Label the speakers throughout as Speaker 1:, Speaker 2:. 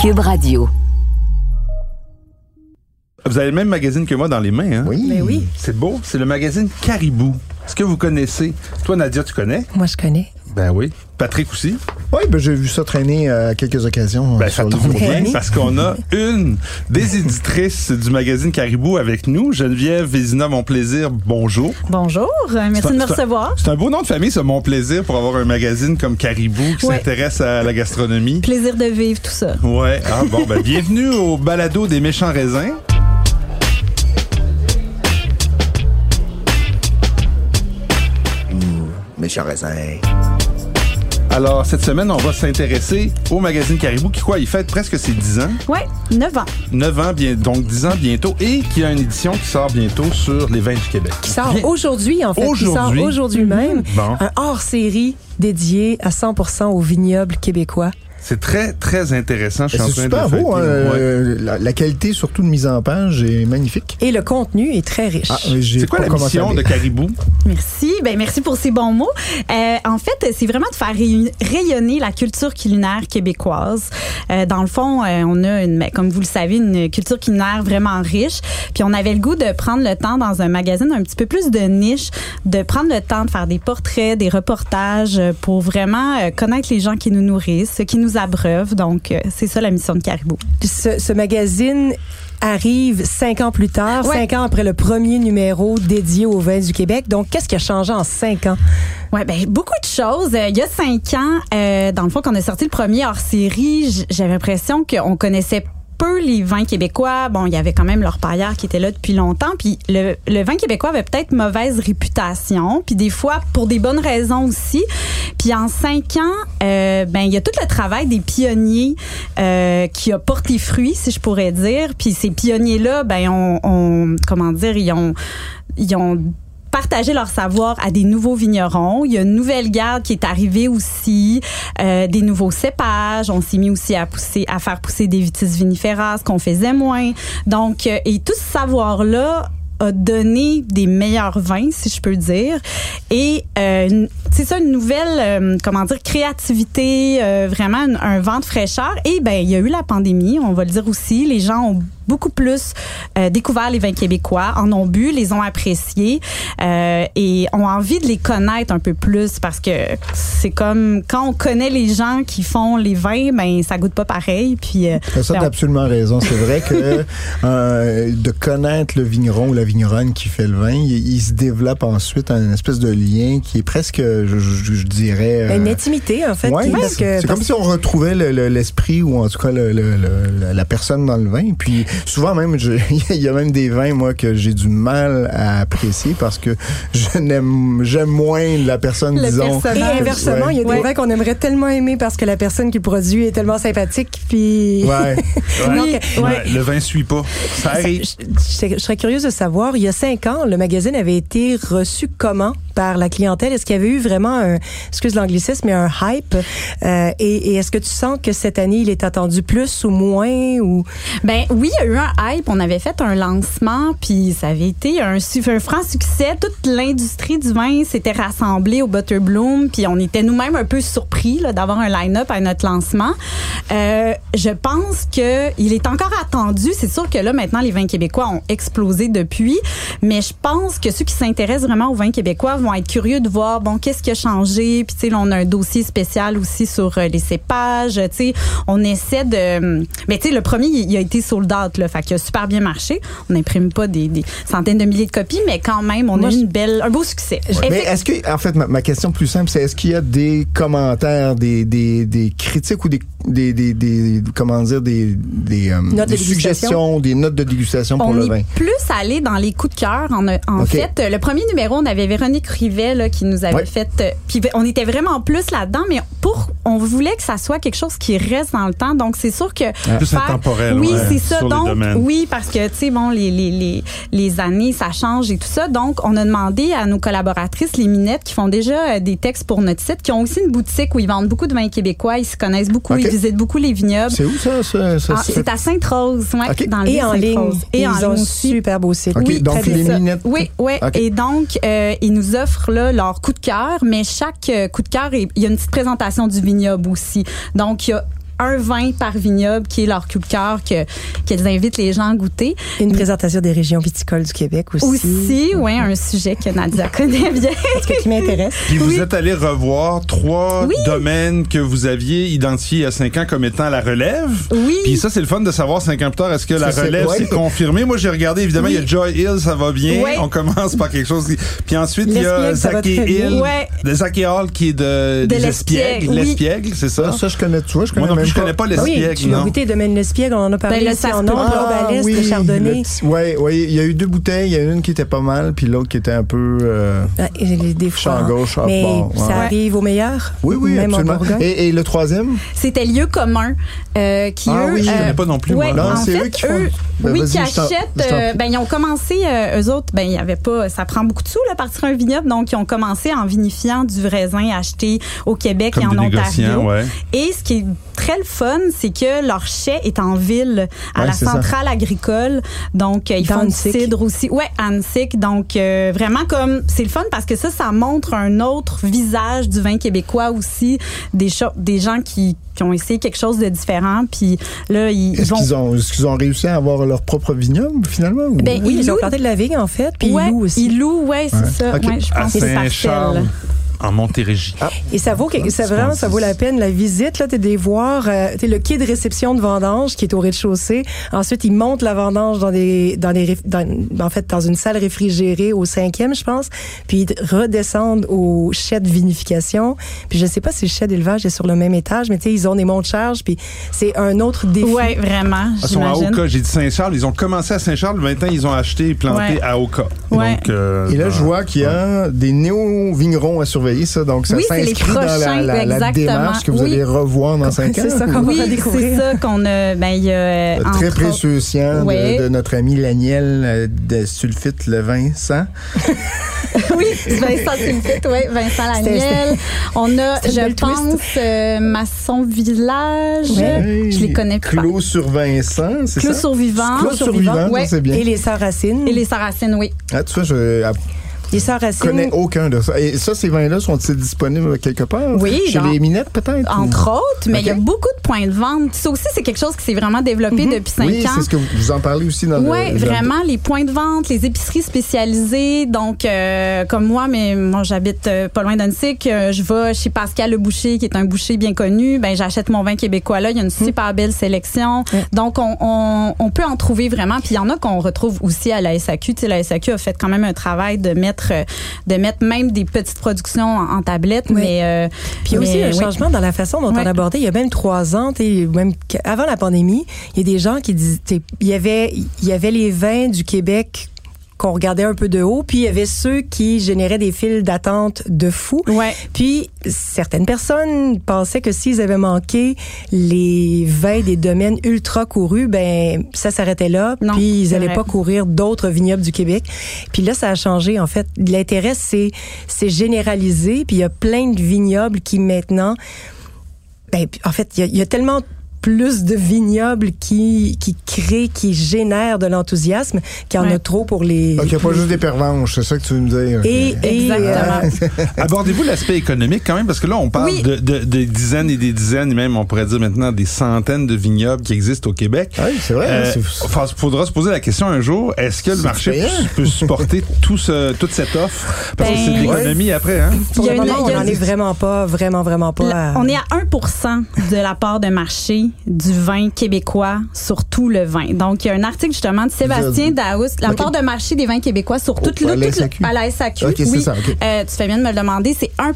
Speaker 1: Cube Radio.
Speaker 2: Vous avez le même magazine que moi dans les mains, hein?
Speaker 3: Oui.
Speaker 4: Ben
Speaker 3: Mais oui.
Speaker 2: C'est beau. C'est le magazine Caribou. Est-ce que vous connaissez? Toi, Nadia, tu connais?
Speaker 4: Moi, je connais.
Speaker 2: Ben oui. Patrick aussi?
Speaker 3: Oui, ben j'ai vu ça traîner euh, à quelques occasions.
Speaker 2: Ben,
Speaker 3: euh,
Speaker 2: ça
Speaker 3: sur
Speaker 2: tombe
Speaker 3: les-
Speaker 2: bien parce qu'on a une des éditrices du magazine Caribou avec nous, Geneviève Vézina, mon plaisir. Bonjour.
Speaker 5: Bonjour, euh, merci de me
Speaker 2: C'est un-
Speaker 5: recevoir.
Speaker 2: C'est un beau nom de famille, ça, mon plaisir, pour avoir un magazine comme Caribou qui
Speaker 5: Ouais.
Speaker 2: s'intéresse à la gastronomie.
Speaker 5: Plaisir de vivre tout ça.
Speaker 2: Ouais. Ah bon, ben bienvenue au balado des méchants raisins.
Speaker 3: Mmh,
Speaker 6: Mes chers raisins.
Speaker 2: Alors, cette semaine, on va s'intéresser au magazine Caribou qui, quoi, il fête presque ses 10 ans.
Speaker 5: Ouais, 9 ans.
Speaker 2: 9 ans, bien, donc 10 ans bientôt, et qui a une édition qui sort bientôt sur les vins du Québec.
Speaker 4: Qui sort
Speaker 2: Bien-
Speaker 4: aujourd'hui, en fait. Qui
Speaker 2: Aujourd'hui.
Speaker 4: sort aujourd'hui même.
Speaker 2: Bon.
Speaker 4: Un hors-série dédié à 100% aux vignobles québécois.
Speaker 2: C'est très, très intéressant. Je
Speaker 3: Ben,
Speaker 2: suis en
Speaker 3: C'est
Speaker 2: train
Speaker 3: super
Speaker 2: de le
Speaker 3: beau. hein,
Speaker 2: fêter, ouais.
Speaker 3: euh, la, la qualité, surtout de mise en page, est magnifique.
Speaker 4: Et le contenu est très riche.
Speaker 3: Ah, mais j'ai
Speaker 2: C'est quoi
Speaker 3: pas
Speaker 2: la
Speaker 3: commencé à
Speaker 2: mission de
Speaker 3: lire.
Speaker 2: Caribou?
Speaker 5: Merci, ben merci pour ces bons mots. Euh, en fait, c'est vraiment de faire réuni- rayonner la culture culinaire québécoise. Euh, dans le fond, euh, on a, une, ben, comme vous le savez, une culture culinaire vraiment riche. Puis on avait le goût de prendre le temps dans un magazine un petit peu plus de niche, de prendre le temps de faire des portraits, des reportages euh, pour vraiment euh, connaître les gens qui nous nourrissent, ceux qui nous abreuvent. Donc, euh, c'est ça la mission de Caribou.
Speaker 4: Ce, ce magazine arrive cinq ans plus tard,
Speaker 5: Ouais.
Speaker 4: cinq ans après le premier numéro dédié aux vins du Québec. Donc, qu'est-ce qui a changé en cinq ans?
Speaker 5: Ouais, ben beaucoup de choses. Euh, il y a cinq ans, euh, dans le fond, qu'on a sorti le premier hors série, j- j'avais l'impression qu'on connaissait peu les vins québécois. Bon, il y avait quand même leur paillard qui était là depuis longtemps. Puis le, le vin québécois avait peut-être mauvaise réputation. Puis des fois, pour des bonnes raisons aussi. Puis en cinq ans, euh, ben il y a tout le travail des pionniers euh, qui apportent les fruits, si je pourrais dire. Puis ces pionniers-là, ben on, on- comment dire, ils ont, ils ont partager leur savoir à des nouveaux vignerons. Il y a une nouvelle garde qui est arrivée aussi, euh, des nouveaux cépages. On s'est mis aussi à pousser, à faire pousser des vitis vinifera, ce qu'on faisait moins. Donc, euh, et tout ce savoir-là a donné des meilleurs vins, si je peux dire. Et euh, une- c'est ça, une nouvelle, euh, comment dire, créativité, euh, vraiment un, un vent de fraîcheur. Et ben, il y a eu la pandémie, on va le dire aussi. Les gens ont beaucoup plus euh, découvert les vins québécois, en ont bu, les ont appréciés euh, et ont envie de les connaître un peu plus parce que c'est comme quand on connaît les gens qui font les vins, ben ça goûte pas pareil. Puis euh,
Speaker 3: T'as ça,
Speaker 5: ben,
Speaker 3: t'as absolument raison. C'est vrai que euh, de connaître le vigneron ou la vigneronne qui fait le vin, il, il se développe ensuite un espèce de lien qui est presque, je, je- je dirais... euh,
Speaker 4: Une intimité, en fait.
Speaker 3: ouais,
Speaker 4: qui- parce que-
Speaker 3: c'est comme si on retrouvait le- le- l'esprit ou en tout cas le- le- le- la personne dans le vin. Puis souvent même, je- il y a même des vins moi que j'ai du mal à apprécier parce que je n'aime j'aime moins la personne
Speaker 5: Le
Speaker 3: disons.
Speaker 4: Et
Speaker 5: personnage.
Speaker 4: inversement, il y a des
Speaker 5: Ouais.
Speaker 4: vins qu'on aimerait tellement aimer parce que la personne qui produit est tellement sympathique, puis...
Speaker 3: Ouais.
Speaker 4: Oui.
Speaker 2: Ouais, Le vin suit pas. Ça
Speaker 4: Ça-
Speaker 2: arrive.
Speaker 4: je, je- je serais curieuse de savoir, il y a cinq ans, le magazine avait été reçu comment par la clientèle? Est-ce qu'il y avait eu vraiment un, excuse l'anglicisme, mais un hype? Euh, et et est-ce que tu sens que cette année, il est attendu plus ou moins? Ou...
Speaker 5: Ben oui, il y a eu un hype. On avait fait un lancement, puis ça avait été un, su- un franc succès. Toute l'industrie du vin s'était rassemblée au Butterbloom, puis on était nous-mêmes un peu surpris là, d'avoir un line-up à notre lancement. Euh, je pense que il est encore attendu. C'est sûr que là, maintenant, les vins québécois ont explosé depuis, mais je pense que ceux qui s'intéressent vraiment aux vins québécois vont être curieux de voir, bon, qu'est-ce qui a changé? Puis, tu sais, là, on a un dossier spécial aussi sur euh, les cépages. Tu sais, on essaie de... euh, Mais tu sais, le premier, il il a été sold out, là. Fait qu'il a super bien marché. On n'imprime pas des, des centaines de milliers de copies, mais quand même, on
Speaker 4: Moi,
Speaker 5: a
Speaker 4: je-
Speaker 5: eu une belle, un beau succès.
Speaker 3: Mais est-ce que, en fait, ma, ma question plus simple, c'est est-ce qu'il y a des commentaires, des, des, des critiques ou des, des, des, des- comment dire, des, des, euh,
Speaker 4: Notes de
Speaker 3: des
Speaker 4: dégustation.
Speaker 3: suggestions, des notes de dégustation pour
Speaker 5: on
Speaker 3: le
Speaker 5: est
Speaker 3: vin?
Speaker 5: plus allé dans les coups de cœur. En, en
Speaker 3: Ok.
Speaker 5: fait, le premier numéro, on avait Véronique Rivet là, qui nous avait
Speaker 3: Ouais.
Speaker 5: fait. euh, Puis on était vraiment plus là-dedans, mais pour, on voulait que ça soit quelque chose qui reste dans le temps. Donc c'est sûr que
Speaker 2: Plus intemporel,
Speaker 5: Ah. Oui,
Speaker 2: ouais,
Speaker 5: c'est ça.
Speaker 2: sur les
Speaker 5: Donc
Speaker 2: domaines.
Speaker 5: oui, parce que tu sais bon, les, les, les, les années ça change et tout ça. Donc on a demandé à nos collaboratrices, les minettes, qui font déjà euh, des textes pour notre site, qui ont aussi une boutique où ils vendent beaucoup de vins québécois, ils se connaissent beaucoup,
Speaker 3: Ok.
Speaker 5: ils visitent beaucoup les vignobles.
Speaker 3: C'est où ça? ça, ça-
Speaker 5: Ah,
Speaker 3: ça-
Speaker 5: C'est à Sainte-Rose, ouais,
Speaker 3: Ok.
Speaker 5: dans le
Speaker 4: Et
Speaker 5: vieux
Speaker 4: en ligne.
Speaker 5: Sainte-Rose. Et
Speaker 4: ils
Speaker 5: en
Speaker 4: ont
Speaker 5: ligne
Speaker 4: un
Speaker 5: aussi.
Speaker 4: super beau site.
Speaker 3: Ok,
Speaker 4: Oui,
Speaker 3: donc
Speaker 4: très
Speaker 3: les
Speaker 4: bien.
Speaker 3: minettes.
Speaker 5: Oui, oui.
Speaker 3: Ok.
Speaker 5: Et donc, euh, ils nous offrent là, leur coup de cœur, mais chaque euh, coup de cœur, est- il y a une petite présentation du vignoble aussi. Donc, il y a un vin par vignoble qui est leur coup de cœur que qu'elles invitent les gens à goûter.
Speaker 4: Une présentation des régions viticoles du Québec aussi.
Speaker 5: Aussi, oui, un sujet que Nadia connaît bien.
Speaker 4: Parce que qui m'intéresse.
Speaker 2: Puis vous êtes allé revoir trois
Speaker 5: Oui.
Speaker 2: domaines que vous aviez identifiés il y a cinq ans comme étant la relève.
Speaker 5: Oui.
Speaker 2: Puis ça, c'est le fun de savoir cinq ans plus tard, est-ce que la
Speaker 3: Ça, c'est-
Speaker 2: relève
Speaker 3: ouais.
Speaker 2: s'est confirmée? Moi, j'ai regardé, évidemment, il y a Joy Hill, ça va bien.
Speaker 5: Ouais.
Speaker 2: On commence par quelque chose. qui- Puis ensuite, il y a
Speaker 4: L'espiègle, ça va
Speaker 2: Zach et
Speaker 4: très bien.
Speaker 2: Hill.
Speaker 5: Ouais.
Speaker 2: De Zach et Hall qui est de,
Speaker 5: De
Speaker 2: des
Speaker 5: l'espiègle,
Speaker 2: espiègles.
Speaker 5: oui. Ah.
Speaker 2: L'espiègle, c'est ça?
Speaker 3: Ah, Ça, je connais, tu vois, je connais
Speaker 2: Moi non
Speaker 3: même
Speaker 2: plus, je connais pas
Speaker 4: Oui,
Speaker 2: l'espiègle,
Speaker 4: tu as
Speaker 2: non.
Speaker 4: goûté Domaine Lespiègle, on en a parlé
Speaker 5: Ben là,
Speaker 4: ici
Speaker 5: ça
Speaker 4: en
Speaker 5: se
Speaker 4: nombre,
Speaker 5: peut.
Speaker 4: ah, de Chardonnay.
Speaker 3: Oui, oui, il y a eu deux bouteilles. Il y en a une qui était pas mal, puis l'autre qui était un peu... euh,
Speaker 4: Ah, et les- des fois,
Speaker 3: Champ
Speaker 4: hein.
Speaker 3: gauche, champ
Speaker 4: mais
Speaker 3: bord, ouais.
Speaker 4: ça arrive au meilleur.
Speaker 3: Oui, oui,
Speaker 4: même en
Speaker 3: absolument.
Speaker 4: Bourgogne.
Speaker 3: Et, et le troisième?
Speaker 5: C'était lieu commun euh, qui
Speaker 3: Ah
Speaker 5: eux,
Speaker 3: oui, je
Speaker 5: euh,
Speaker 2: connais pas non plus, moi.
Speaker 5: ouais,
Speaker 2: Non,
Speaker 5: en
Speaker 3: c'est
Speaker 5: fait,
Speaker 3: eux qui font-
Speaker 5: eux,
Speaker 3: Ben,
Speaker 5: oui,
Speaker 3: vas-y,
Speaker 5: qui
Speaker 3: je t'en-
Speaker 5: achètent.
Speaker 3: je t'en
Speaker 5: euh,
Speaker 3: prie.
Speaker 5: ben ils ont commencé euh, eux autres. Ben il y avait pas. Ça prend beaucoup de sous là partir un vignoble. Donc ils ont commencé en vinifiant du raisin acheté au Québec et
Speaker 2: Comme
Speaker 5: en
Speaker 2: des
Speaker 5: Ontario.
Speaker 2: négociants, ouais.
Speaker 5: Et ce qui est très le fun, c'est que leur chai est en ville, à
Speaker 3: Ouais,
Speaker 5: la
Speaker 3: c'est ça.
Speaker 5: centrale agricole. Donc, euh, ils font du
Speaker 4: Danzig.
Speaker 5: cidre aussi. Ouais, Annecy. Donc, euh, vraiment comme, c'est le fun parce que ça, ça montre un autre visage du vin québécois aussi. Des, cho- des gens qui, qui ont essayé quelque chose de différent. Puis là, ils, ils
Speaker 3: Est-ce
Speaker 5: vont...
Speaker 3: qu'ils ont, est-ce qu'ils ont réussi à avoir leur propre vignoble, finalement? ou-
Speaker 5: Ben,
Speaker 4: Oui,
Speaker 5: ils
Speaker 4: ils ont
Speaker 5: louent.
Speaker 4: planté de la vigne, en fait, puis
Speaker 5: ouais,
Speaker 4: ils louent aussi.
Speaker 5: Ils louent, ouais, c'est
Speaker 3: Ouais.
Speaker 5: ça.
Speaker 3: Ok.
Speaker 5: Ouais, je
Speaker 2: À
Speaker 5: pense que c'est
Speaker 2: Saint-Charles,
Speaker 5: Sarcelles.
Speaker 2: en Montérégie.
Speaker 4: Et ça vaut, que- ça,
Speaker 2: tu
Speaker 4: vraiment,
Speaker 2: penses-
Speaker 4: ça vaut la peine. La visite, là, t'es des voir, euh, t'es le quai de réception de vendange qui est au rez-de-chaussée. Ensuite, ils montent la vendange dans des, dans des, réf- dans- en fait, dans une salle réfrigérée au cinquième, je pense. Puis ils redescendent au chai de vinification. Puis je sais pas si le chai d'élevage est sur le même étage, mais tu sais, ils ont des monts de charge. Puis c'est un autre défi.
Speaker 5: Ouais, vraiment,
Speaker 2: Ah, Ils sont à
Speaker 5: j'imagine.
Speaker 2: Oka, j'ai dit Saint-Charles. Ils ont commencé à Saint-Charles, 20 ans, ils ont acheté et planté
Speaker 5: Ouais.
Speaker 2: à Oka.
Speaker 5: Ouais.
Speaker 2: Donc, euh,
Speaker 3: Et là, je
Speaker 2: dans-
Speaker 3: vois qu'il y a des néo-vignerons à surveiller, ça. Donc, ça
Speaker 5: Oui, c'est les
Speaker 3: s'inscrit dans la,
Speaker 5: prochains,
Speaker 3: la- la
Speaker 5: exactement.
Speaker 3: démarche que vous
Speaker 5: Oui.
Speaker 3: allez revoir dans cinq ans.
Speaker 4: C'est ça qu'on va
Speaker 5: Oui, c'est
Speaker 4: découvrir.
Speaker 5: ça qu'on a. Ben, il y a
Speaker 3: Le
Speaker 5: entre
Speaker 3: Euh, très
Speaker 5: autres-
Speaker 3: précieux sien de-
Speaker 5: Ouais.
Speaker 3: de, notre ami Laniel euh, de sulfite le Vincent.
Speaker 5: Oui, Vincent Sulfite, oui, Vincent
Speaker 4: C'était-
Speaker 5: Laniel. On a,
Speaker 4: c'était une
Speaker 5: je
Speaker 4: belle twist.
Speaker 5: pense, euh, Masson Village.
Speaker 3: Ouais.
Speaker 5: Je les connais pas.
Speaker 3: Clos sur Vincent, c'est
Speaker 5: Clos
Speaker 3: ça?
Speaker 5: Survivant.
Speaker 3: Clos survivant,
Speaker 5: ouais.
Speaker 3: c'est bien.
Speaker 4: Et les sœurs Racine.
Speaker 5: Et les Saracines, oui.
Speaker 3: Ah, tu vois, je ah,
Speaker 4: Les sœurs Racine.
Speaker 3: connais aucun de ça. Et ça, ces vins-là sont-ils disponibles quelque part?
Speaker 5: Oui,
Speaker 3: Chez
Speaker 5: genre-
Speaker 3: les minettes, peut-être?
Speaker 5: Entre autres, mais il y a
Speaker 3: Hmm. Ok.
Speaker 5: beaucoup de points de vente. Ça aussi, c'est quelque chose qui s'est vraiment développé
Speaker 4: Mhm.
Speaker 5: depuis cinq
Speaker 3: Oui,
Speaker 5: ans.
Speaker 3: c'est ce que vous, vous en parlez aussi dans
Speaker 5: Oui,
Speaker 3: le...
Speaker 5: vraiment, les points de vente, les épiceries spécialisées. Donc, euh, comme moi, mais moi, j'habite euh, pas loin d'Annecyc. euh, je vais chez Pascal Le Boucher, qui est un boucher bien connu. Ben, j'achète mon vin québécois là. Il y a
Speaker 4: Hum.
Speaker 5: une super belle sélection. Donc, on, on, on peut en trouver vraiment. Puis, il y en a qu'on retrouve aussi à la SAQ. Tu sais, la SAQ a fait quand même un travail de mettre, euh, de mettre même des petites productions en, en tablette.
Speaker 4: Oui.
Speaker 5: Mais, euh,
Speaker 4: Puis il y a aussi
Speaker 5: mais
Speaker 4: un
Speaker 5: oui.
Speaker 4: changement dans la façon dont
Speaker 5: Ouais.
Speaker 4: on abordait. Il y a même trois ans, t'sais, même qu- avant la pandémie, il y a des gens qui disaient, t'sais, il y avait, il y avait les vins du Québec qu'on regardait un peu de haut, puis il y avait ceux qui généraient des files d'attente de fous.
Speaker 5: Ouais.
Speaker 4: Puis certaines personnes pensaient que s'ils avaient manqué les vins des domaines ultra courus, ben ça s'arrêtait là,
Speaker 5: Non,
Speaker 4: puis ils
Speaker 5: c'est
Speaker 4: allaient
Speaker 5: vrai.
Speaker 4: pas courir d'autres vignobles du Québec. Puis là, ça a changé en fait. L'intérêt, c'est c'est généralisé. Puis il y a plein de vignobles qui maintenant, ben en fait, il y a- il y, a tellement plus de vignobles qui qui créent, qui génèrent de l'enthousiasme, qu'il y en
Speaker 5: Ouais.
Speaker 4: a trop pour les.
Speaker 3: Donc, il n'y a pas juste des pervenches, c'est ça que tu veux me dire.
Speaker 4: Et, euh, et,
Speaker 5: Exactement.
Speaker 2: Abordez-vous l'aspect économique quand même, parce que là, on parle
Speaker 5: Oui.
Speaker 2: de, de- des dizaines et des dizaines, et même, on pourrait dire maintenant, des centaines de vignobles qui existent au Québec.
Speaker 3: Oui, c'est vrai. hein,
Speaker 2: Euh,
Speaker 3: c'est-
Speaker 2: enfin, faudra se poser la question un jour, est-ce que le
Speaker 3: C'est
Speaker 2: marché
Speaker 3: payant.
Speaker 2: peut supporter tout ce, toute cette offre? Parce que
Speaker 5: Ben,
Speaker 2: c'est de l'économie après, hein?
Speaker 4: Pour
Speaker 5: Il y a
Speaker 4: le
Speaker 5: une-
Speaker 4: moment,
Speaker 5: il y a
Speaker 4: on n'en
Speaker 5: une-
Speaker 4: est vraiment pas, vraiment, vraiment pas.
Speaker 5: La-
Speaker 4: à-
Speaker 5: on est à 1 de la part de marché du vin québécois sur tout le vin. Donc, il y a un article justement de Sébastien
Speaker 3: Je-
Speaker 5: Daous, la
Speaker 3: Ok.
Speaker 5: part de marché des vins québécois sur tout
Speaker 3: Oh,
Speaker 5: le.
Speaker 3: à la
Speaker 5: tout le-
Speaker 3: SAQ.
Speaker 5: à la SAQ.
Speaker 3: Ok, c'est
Speaker 5: oui.
Speaker 3: ça, ok.
Speaker 5: Euh, tu fais bien de me le demander, c'est 1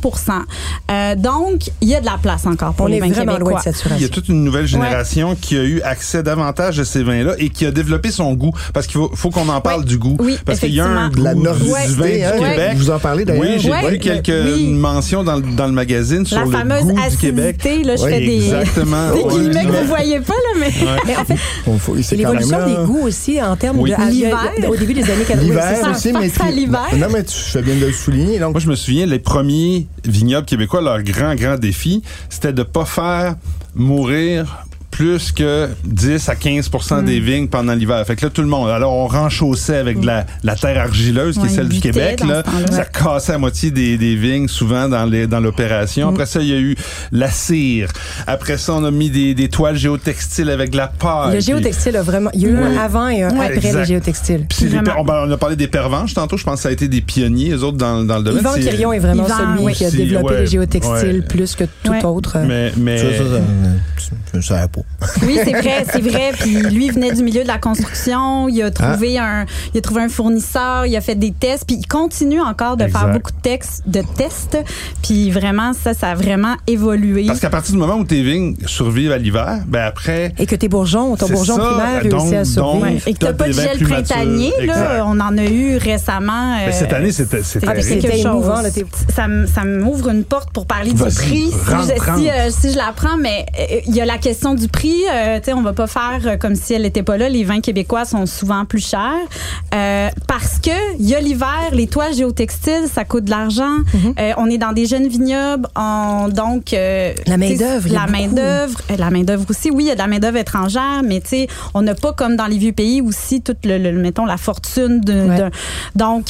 Speaker 5: Euh, Donc, il y a de la place encore pour
Speaker 4: on
Speaker 5: les
Speaker 4: est
Speaker 5: vins
Speaker 4: vraiment loin
Speaker 5: québécois.
Speaker 4: de saturation.
Speaker 2: Il y a toute une nouvelle génération qui a eu accès davantage à ces vins-là et qui a développé son goût. Parce qu'il faut, faut qu'on en parle
Speaker 5: Oui.
Speaker 2: du goût.
Speaker 5: Oui,
Speaker 2: parce qu'il y a un
Speaker 5: effectivement.
Speaker 2: goût
Speaker 3: La
Speaker 2: du
Speaker 3: nordicité,
Speaker 2: vin du
Speaker 3: hein,
Speaker 2: Québec.
Speaker 3: vous en parlez d'ailleurs.
Speaker 2: Oui, j'ai
Speaker 5: Ouais,
Speaker 2: vu
Speaker 5: le-
Speaker 2: quelques
Speaker 5: oui.
Speaker 2: mentions dans, le- dans le magazine sur
Speaker 5: la
Speaker 2: le
Speaker 5: fameuse
Speaker 2: goût du Québec.
Speaker 5: acidité, là, je
Speaker 3: Oui,
Speaker 5: fais des,
Speaker 2: Exactement.
Speaker 5: des
Speaker 2: Ouais.
Speaker 5: guillemets que
Speaker 2: Ouais.
Speaker 5: vous voyez pas, là, mais.
Speaker 4: Mais en fait,
Speaker 3: on faut-
Speaker 4: c'est
Speaker 3: c'est quand même
Speaker 4: l'évolution
Speaker 3: là.
Speaker 4: des goûts aussi en termes
Speaker 2: Oui.
Speaker 4: de à-
Speaker 5: L'hiver.
Speaker 4: au début des années 80.
Speaker 3: L'hiver
Speaker 4: c'est ça.
Speaker 3: aussi, mais
Speaker 5: Face à
Speaker 3: tu-
Speaker 5: l'hiver.
Speaker 3: Non, mais tu fais bien de le souligner. Donc,
Speaker 2: Moi, je me souviens, les premiers vignobles québécois, leur grand, grand défi, c'était de pas faire mourir plus que 10 à 15 des
Speaker 5: Mm.
Speaker 2: vignes pendant l'hiver. Fait que là, tout le monde. Alors, on renchaussait avec de la, la terre argileuse, qui
Speaker 5: Ouais,
Speaker 2: est celle du
Speaker 5: butait
Speaker 2: Québec.
Speaker 5: Mm. dans
Speaker 2: Là.
Speaker 5: ce
Speaker 2: Ça
Speaker 5: temps-là.
Speaker 2: cassait à moitié des, des vignes, souvent, dans les dans l'opération.
Speaker 5: Mm.
Speaker 2: Après ça, il y a eu la cire. Après ça, on a mis des, des toiles géotextiles avec de la paille.
Speaker 4: Le
Speaker 2: Ah, Puis-
Speaker 4: géotextile a vraiment. Il y a eu un avant et un
Speaker 5: Ouais.
Speaker 4: après
Speaker 2: Exact.
Speaker 4: le géotextile.
Speaker 2: puis c'est les
Speaker 5: Vraiment.
Speaker 2: per- on, ben, on a parlé des pervenches tantôt. Je pense que ça a été des pionniers, eux autres, dans, dans le domaine.
Speaker 4: Yvan
Speaker 2: C'est-
Speaker 4: Quirion est vraiment
Speaker 5: Yvan,
Speaker 4: celui
Speaker 5: oui.
Speaker 4: qui a
Speaker 2: Si,
Speaker 4: développé
Speaker 2: ouais,
Speaker 4: le géotextile
Speaker 2: ouais.
Speaker 4: plus que tout
Speaker 5: Ouais.
Speaker 4: autre.
Speaker 2: Mais, mais,
Speaker 3: Ça, ça, ça, euh, je ne savais pas.
Speaker 5: Oui, c'est vrai, c'est vrai. Puis lui venait du milieu de la construction. Il a trouvé
Speaker 2: Ah.
Speaker 5: un, il a trouvé un fournisseur. Il a fait des tests. Puis il continue encore de faire
Speaker 2: Exact.
Speaker 5: beaucoup de textes, de tests. Puis vraiment, ça, ça a vraiment évolué.
Speaker 2: Parce qu'à partir du moment où tes vignes survivent à l'hiver, ben après,
Speaker 4: Et que tes bourgeons, ton
Speaker 2: C'est
Speaker 4: bourgeon
Speaker 2: ça,
Speaker 4: primaire
Speaker 2: donc-
Speaker 4: réussit à survivre.
Speaker 5: Ouais. Et que t'as
Speaker 2: T'as
Speaker 5: pas de
Speaker 2: des vins
Speaker 5: gel
Speaker 2: plus matures.
Speaker 5: printanier,
Speaker 2: Exact.
Speaker 5: là. On en a eu récemment.
Speaker 2: Ben, cette
Speaker 5: euh,
Speaker 2: année, c'était c'était
Speaker 5: Ah,
Speaker 4: terrible.
Speaker 5: puis c'est quelque
Speaker 4: C'était
Speaker 5: chose.
Speaker 4: émouvant, là, t'es-
Speaker 5: Ça m- ça m'ouvre une porte pour parler du
Speaker 2: Vas-y,
Speaker 5: prix. Si
Speaker 2: rentre,
Speaker 5: je,
Speaker 2: rentre.
Speaker 5: si, euh, si je la prends, mais euh, il y a la question du prix. euh, tu sais, on va pas faire euh, comme si elle n'était pas là. Les vins québécois sont souvent plus chers euh, parce que il y a l'hiver, les toits géotextiles, ça coûte de l'argent. Euh, on est dans des jeunes vignobles, on, donc euh,
Speaker 4: Mhm. La main
Speaker 5: tu sais,
Speaker 4: d'œuvre, il y a
Speaker 5: la
Speaker 4: beaucoup.
Speaker 5: main d'œuvre, euh, la main d'œuvre aussi. Oui, il y a de la main d'œuvre étrangère, mais tu sais, on n'a pas comme dans les vieux pays aussi toute le, le- mettons la fortune de,
Speaker 4: Ouais.
Speaker 5: d'un- donc